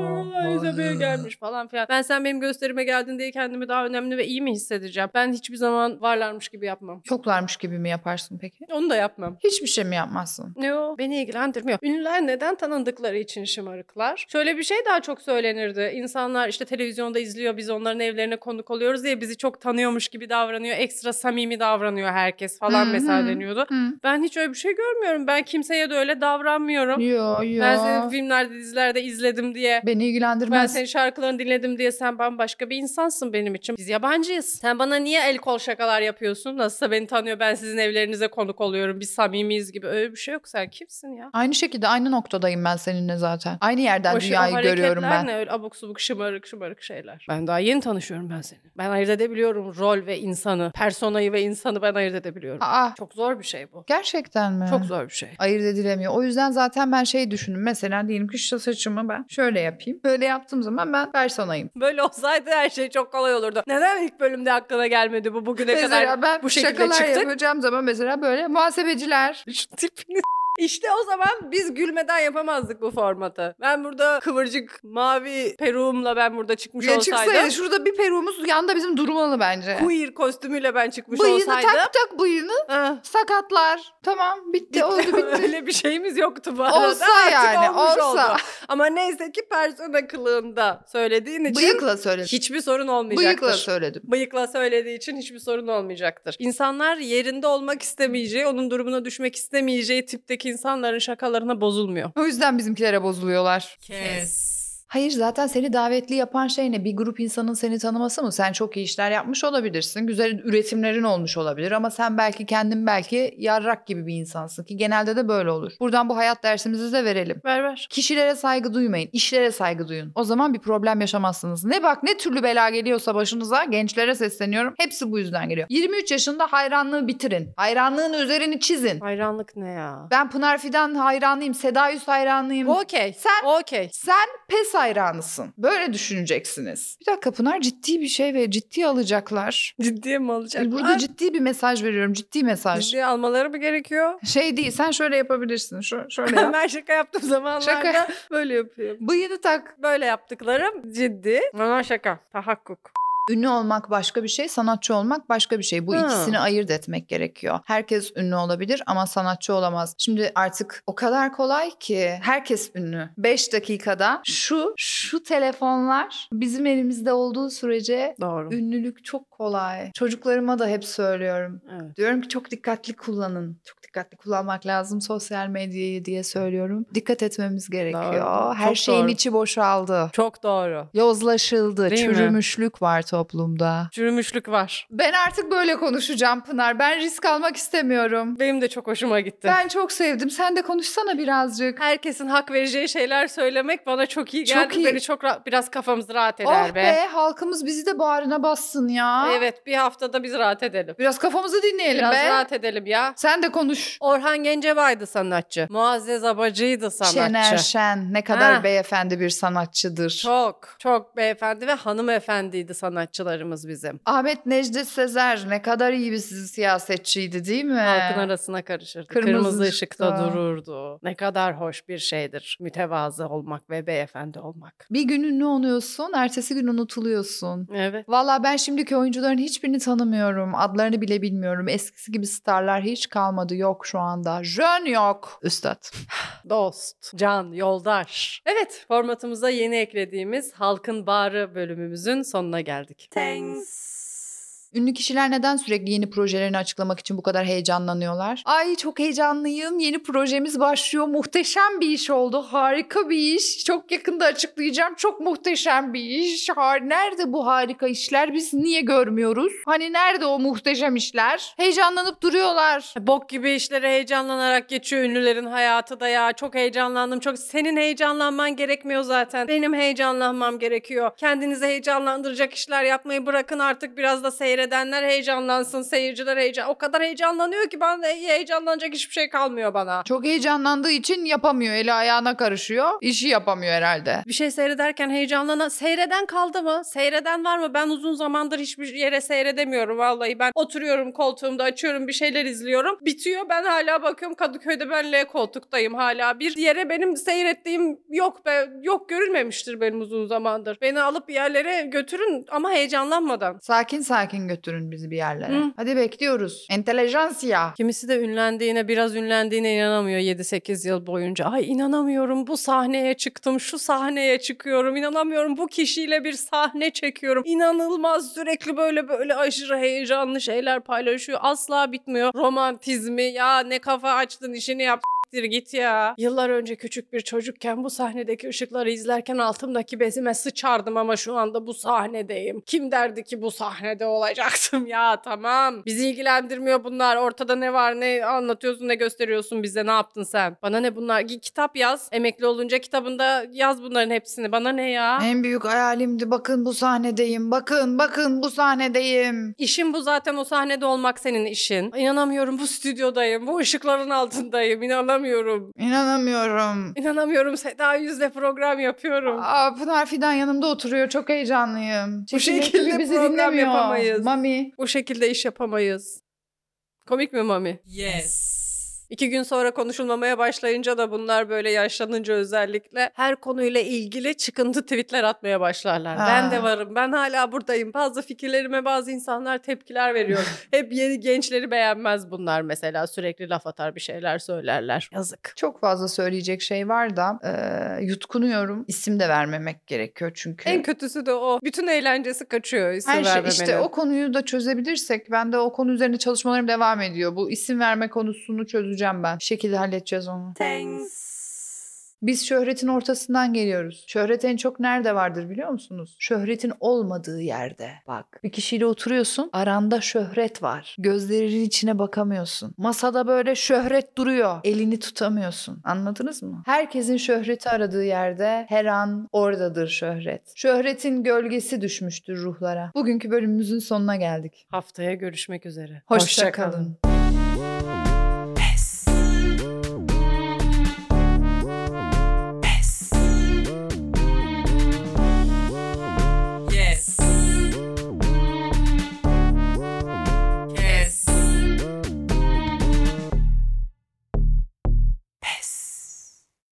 [SPEAKER 1] Ayşe
[SPEAKER 4] Ay.
[SPEAKER 1] gelmiş falan filan. Ben sen benim gösterime geldin diye kendimi daha önemli ve iyi mi hissedeceğim? Ben hiçbir zaman varlarmış gibi yapmam.
[SPEAKER 2] Yoklarmış gibi mi yaparsın peki?
[SPEAKER 1] Onu da yapmam.
[SPEAKER 2] Hiçbir şey mi yapmazsın?
[SPEAKER 1] Ne o? Beni ilgilendirmiyor. Ünlüler neden tanındıkları için şımarıklar? Şöyle bir şey daha çok söylenirdi. İnsanlar işte televizyonda izliyor biz onların evlerine konuk oluyoruz diye bizi çok tanıyormuş gibi davranıyor. Ekstra samimi davranıyor herkes falan
[SPEAKER 2] Hı hı.
[SPEAKER 1] mesela deniyordu.
[SPEAKER 2] Hı.
[SPEAKER 1] Ben hiç öyle bir şey görmüyorum. Ben kimseye de öyle davranmıyorum.
[SPEAKER 2] Yo yo.
[SPEAKER 1] Ben seni filmlerde dizilerde izledim diye
[SPEAKER 2] Beni
[SPEAKER 1] Ben
[SPEAKER 2] ilgilendirmez.
[SPEAKER 1] senin şarkılarını dinledim diye sen bambaşka bir insansın benim için. Biz yabancıyız. Sen bana niye el kol şakalar yapıyorsun? Nasılsa beni tanıyor ben sizin evlerinize konuk oluyorum. Biz samimiyiz gibi. Öyle bir şey yok. Sen kimsin ya?
[SPEAKER 2] Aynı şekilde aynı noktadayım ben seninle zaten. Aynı yerden
[SPEAKER 1] O şey- o
[SPEAKER 2] dünyayı görüyorum
[SPEAKER 1] hareketler
[SPEAKER 2] ben.
[SPEAKER 1] ne öyle abuk subuk şımarık şımarık şeyler. Ben daha yeni tanışıyorum ben seni. Ben ayırt edebiliyorum rol ve insanı. Personayı ve insanı ben ayırt edebiliyorum.
[SPEAKER 2] Aa
[SPEAKER 1] Çok zor bir şey bu.
[SPEAKER 2] gerçekten mi?
[SPEAKER 1] Çok zor bir şey.
[SPEAKER 2] Ayırt edilemiyor. O yüzden zaten ben şey düşündüm. Mesela diyelim ki şu saçımı ben şöyle yapayım. Böyle yaptığım zaman ben personayım.
[SPEAKER 1] Böyle olsaydı her şey çok kolay olurdu. Neden ilk bölümde aklına gelmedi bu
[SPEAKER 2] (laughs)
[SPEAKER 1] bugüne
[SPEAKER 2] mesela
[SPEAKER 1] kadar?
[SPEAKER 2] ben
[SPEAKER 1] bu
[SPEAKER 2] bu
[SPEAKER 1] şekilde
[SPEAKER 2] şakalar
[SPEAKER 1] çıktık.
[SPEAKER 2] yapacağım zaman mesela böyle muhasebeciler.
[SPEAKER 1] Şu tipini işte o zaman biz gülmeden yapamazdık bu formatı. Ben burada kıvırcık mavi peruğumla ben burada çıkmış
[SPEAKER 2] Ya
[SPEAKER 1] olsaydım.
[SPEAKER 2] çıksaydı şurada bir peruğumuz yanda bizim durmalı bence.
[SPEAKER 1] Queer kostümüyle ben çıkmış
[SPEAKER 2] Bıyığını
[SPEAKER 1] olsaydım.
[SPEAKER 2] tak tak bıyığını
[SPEAKER 1] Ah,
[SPEAKER 2] sakatlar. Tamam bitti oldu
[SPEAKER 1] (laughs)
[SPEAKER 2] bitti.
[SPEAKER 1] Öyle bir şeyimiz yoktu bu arada.
[SPEAKER 2] Olsa
[SPEAKER 1] Artık
[SPEAKER 2] yani
[SPEAKER 1] olmuş
[SPEAKER 2] olsa.
[SPEAKER 1] oldu. Ama neyse ki persona kılığında söylediğin için
[SPEAKER 2] Bıyıkla söyledim.
[SPEAKER 1] hiçbir sorun olmayacaktır.
[SPEAKER 2] Bıyıkla söyledim.
[SPEAKER 1] Bıyıkla söylediği için hiçbir sorun olmayacaktır. İnsanlar yerinde olmak istemeyeceği, onun durumuna düşmek istemeyeceği tipteki insanların şakalarına bozulmuyor.
[SPEAKER 2] O yüzden bizimkilere bozuluyorlar.
[SPEAKER 5] Kes.
[SPEAKER 2] Hayır zaten seni davetli yapan şey ne? Bir grup insanın seni tanıması mı? Sen çok iyi işler yapmış olabilirsin. Güzel üretimlerin olmuş olabilir ama sen belki kendin belki yarrak gibi bir insansın ki genelde de böyle olur. Buradan bu hayat dersimizi de verelim.
[SPEAKER 1] Ver ver.
[SPEAKER 2] Kişilere saygı duymayın, işlere saygı duyun. O zaman bir problem yaşamazsınız. Ne bak ne türlü bela geliyorsa başınıza gençlere sesleniyorum. Hepsi bu yüzden geliyor. 23 yaşında hayranlığı bitirin. Hayranlığın üzerini çizin.
[SPEAKER 1] Hayranlık ne ya?
[SPEAKER 2] Ben Pınar Fidan hayranıyım, Seda Üs hayranıyım.
[SPEAKER 1] Okey.
[SPEAKER 2] Sen-
[SPEAKER 1] okey.
[SPEAKER 2] Sen pes hayranısın. Böyle düşüneceksiniz. Bir dakika Pınar ciddi bir şey ve ciddi alacaklar.
[SPEAKER 1] Ciddiye mi alacaklar?
[SPEAKER 2] Burada ciddi bir mesaj veriyorum. Ciddi mesaj.
[SPEAKER 1] Ciddiye almaları mı (laughs) gerekiyor?
[SPEAKER 2] Şey değil sen şöyle yapabilirsin. Şu,
[SPEAKER 1] (laughs)
[SPEAKER 2] şöyle
[SPEAKER 1] Ben
[SPEAKER 2] yap.
[SPEAKER 1] her şaka yaptığım zamanlarda
[SPEAKER 2] Şaka.
[SPEAKER 1] (laughs) böyle yapıyorum.
[SPEAKER 2] Bıyığını tak.
[SPEAKER 1] Böyle yaptıklarım ciddi. Ama şaka. Tahakkuk.
[SPEAKER 2] Ünlü olmak başka bir şey, sanatçı olmak başka bir şey. Bu
[SPEAKER 1] Ha.
[SPEAKER 2] ikisini ayırt etmek gerekiyor. Herkes ünlü olabilir ama sanatçı olamaz. Şimdi artık o kadar kolay ki herkes ünlü. 5 dakikada şu şu telefonlar bizim elimizde olduğu sürece
[SPEAKER 1] Doğru.
[SPEAKER 2] ünlülük çok kolay. Çocuklarıma da hep söylüyorum.
[SPEAKER 1] Evet.
[SPEAKER 2] Diyorum ki çok dikkatli kullanın. Çok dikkatli kullanmak lazım sosyal medyayı diye söylüyorum. Dikkat etmemiz gerekiyor.
[SPEAKER 1] Doğru.
[SPEAKER 2] Her
[SPEAKER 1] Çok
[SPEAKER 2] şeyin
[SPEAKER 1] doğru.
[SPEAKER 2] içi boşaldı.
[SPEAKER 1] Çok doğru.
[SPEAKER 2] Yozlaşıldı.
[SPEAKER 1] Değil mi?
[SPEAKER 2] çürümüşlük var toplumda.
[SPEAKER 1] Çürümüşlük var.
[SPEAKER 2] Ben artık böyle konuşacağım Pınar. Ben risk almak istemiyorum.
[SPEAKER 1] Benim de çok hoşuma gitti.
[SPEAKER 2] Ben çok sevdim. Sen de konuşsana birazcık.
[SPEAKER 1] Herkesin hak vereceği şeyler söylemek bana çok iyi
[SPEAKER 2] Çok
[SPEAKER 1] geldi.
[SPEAKER 2] iyi.
[SPEAKER 1] Beni çok ra- biraz kafamız rahat eder
[SPEAKER 2] Oh be halkımız bizi de bağrına bassın ya.
[SPEAKER 1] Evet bir haftada biz rahat edelim.
[SPEAKER 2] Biraz kafamızı dinleyelim
[SPEAKER 1] Biraz
[SPEAKER 2] be.
[SPEAKER 1] rahat edelim ya.
[SPEAKER 2] Sen de konuş.
[SPEAKER 1] Orhan Gencebay'dı sanatçı. Muazzez Abacı'ydı sanatçı.
[SPEAKER 2] Şener Şen ne kadar
[SPEAKER 1] Ha.
[SPEAKER 2] beyefendi bir sanatçıdır.
[SPEAKER 1] Çok, çok beyefendi ve hanımefendiydi sanatçılarımız bizim.
[SPEAKER 2] Ahmet Necdet Sezer ne kadar iyi bir si- siyasetçiydi değil mi?
[SPEAKER 1] Halkın arasına karışırdı.
[SPEAKER 2] Kırmızı
[SPEAKER 1] Kırmızı,
[SPEAKER 2] ışıkta.
[SPEAKER 1] ışıkta dururdu. Ne kadar hoş bir şeydir mütevazı olmak ve beyefendi olmak.
[SPEAKER 2] Bir gün ünlü oluyorsun, ertesi gün unutuluyorsun.
[SPEAKER 1] Evet.
[SPEAKER 2] Valla ben şimdiki oyuncuların hiçbirini tanımıyorum. Adlarını bile bilmiyorum. Eskisi gibi starlar hiç kalmadı. Yok şu anda. Jön yok. Üstad.
[SPEAKER 1] Dost, can, yoldaş. Evet, formatımıza yeni eklediğimiz Halkın Bağrı bölümümüzün sonuna geldik.
[SPEAKER 6] Thanks.
[SPEAKER 2] Ünlü kişiler neden sürekli yeni projelerini açıklamak için bu kadar heyecanlanıyorlar? Ay çok heyecanlıyım. Yeni projemiz başlıyor. Muhteşem bir iş oldu. Harika bir iş. Çok yakında açıklayacağım. Çok muhteşem bir iş. Har nerede bu harika işler? Biz niye görmüyoruz? Hani nerede o muhteşem işler? Heyecanlanıp duruyorlar.
[SPEAKER 1] Bok gibi işlere heyecanlanarak geçiyor ünlülerin hayatı da ya. Çok heyecanlandım. Çok senin heyecanlanman gerekmiyor zaten. Benim heyecanlanmam gerekiyor. Kendinizi heyecanlandıracak işler yapmayı bırakın artık biraz da seyredenler heyecanlansın. Seyirciler heyecan. O kadar heyecanlanıyor ki ben de heyecanlanacak hiçbir şey kalmıyor bana.
[SPEAKER 2] Çok heyecanlandığı için yapamıyor. Eli ayağına karışıyor. İşi yapamıyor herhalde.
[SPEAKER 1] Bir şey seyrederken heyecanlanan seyreden kaldı mı? Seyreden var mı? Ben uzun zamandır hiçbir yere seyredemiyorum vallahi. Ben oturuyorum koltuğumda açıyorum bir şeyler izliyorum. Bitiyor ben hala bakıyorum Kadıköy'de ben L koltuktayım hala. Bir yere benim seyrettiğim yok be yok görülmemiştir benim uzun zamandır. Beni alıp bir yerlere götürün ama heyecanlanmadan.
[SPEAKER 2] Sakin sakin götürün bizi bir yerlere.
[SPEAKER 1] Hı.
[SPEAKER 2] Hadi bekliyoruz. Entelejansiya.
[SPEAKER 1] Kimisi de ünlendiğine biraz ünlendiğine inanamıyor 7-8 yıl boyunca. Ay inanamıyorum bu sahneye çıktım şu sahneye çıkıyorum inanamıyorum bu kişiyle bir sahne çekiyorum. İnanılmaz sürekli böyle böyle aşırı heyecanlı şeyler paylaşıyor. Asla bitmiyor romantizmi ya ne kafa açtın işini yap s**tir git ya. Yıllar önce küçük bir çocukken bu sahnedeki ışıkları izlerken altımdaki bezime sıçardım ama şu anda bu sahnedeyim. Kim derdi ki bu sahnede olacaktım ya (laughs) tamam. Bizi ilgilendirmiyor bunlar. Ortada ne var ne anlatıyorsun ne gösteriyorsun bize ne yaptın sen. Bana ne bunlar. Git kitap yaz. Emekli olunca kitabında yaz bunların hepsini. Bana ne ya.
[SPEAKER 2] En büyük hayalimdi bakın bu sahnedeyim. Bakın bakın bu sahnedeyim.
[SPEAKER 1] İşim bu zaten o sahnede olmak senin işin. İnanamıyorum bu stüdyodayım. Bu ışıkların altındayım. İnanamıyorum.
[SPEAKER 2] İnanamıyorum.
[SPEAKER 1] İnanamıyorum Seda Yüz'le program yapıyorum.
[SPEAKER 2] Aa, Pınar Fidan yanımda oturuyor. Çok heyecanlıyım.
[SPEAKER 1] Bu
[SPEAKER 2] Çekirdek
[SPEAKER 1] şekilde
[SPEAKER 2] gibi
[SPEAKER 1] program yapamayız.
[SPEAKER 2] Mami.
[SPEAKER 1] Bu şekilde iş yapamayız. Komik mi Mami?
[SPEAKER 6] Yes.
[SPEAKER 1] İki gün sonra konuşulmamaya başlayınca da bunlar böyle yaşlanınca özellikle her konuyla ilgili çıkıntı tweetler atmaya başlarlar.
[SPEAKER 2] Ha.
[SPEAKER 1] Ben de varım, ben hala buradayım. Bazı fikirlerime bazı insanlar tepkiler veriyor.
[SPEAKER 2] (laughs)
[SPEAKER 1] Hep yeni gençleri beğenmez bunlar mesela. Sürekli laf atar bir şeyler söylerler. Yazık.
[SPEAKER 2] Çok fazla söyleyecek şey var da e, yutkunuyorum. İsim de vermemek gerekiyor çünkü.
[SPEAKER 1] En kötüsü de o. Bütün eğlencesi kaçıyor isim
[SPEAKER 2] her şey
[SPEAKER 1] vermemenin.
[SPEAKER 2] işte o konuyu da çözebilirsek ben de o konu üzerine çalışmalarım devam ediyor. Bu isim verme konusunu çözeceğim ben. Bir şekilde halledeceğiz onu.
[SPEAKER 6] Thanks.
[SPEAKER 2] Biz şöhretin ortasından geliyoruz. Şöhret en çok nerede vardır biliyor musunuz? Şöhretin olmadığı yerde. Bak bir kişiyle oturuyorsun aranda şöhret var. Gözlerinin içine bakamıyorsun. Masada böyle şöhret duruyor. Elini tutamıyorsun. Anladınız mı? Herkesin şöhreti aradığı yerde her an oradadır şöhret. Şöhretin gölgesi düşmüştür ruhlara. Bugünkü bölümümüzün sonuna geldik.
[SPEAKER 1] Haftaya görüşmek üzere.
[SPEAKER 2] Hoşça, kalın.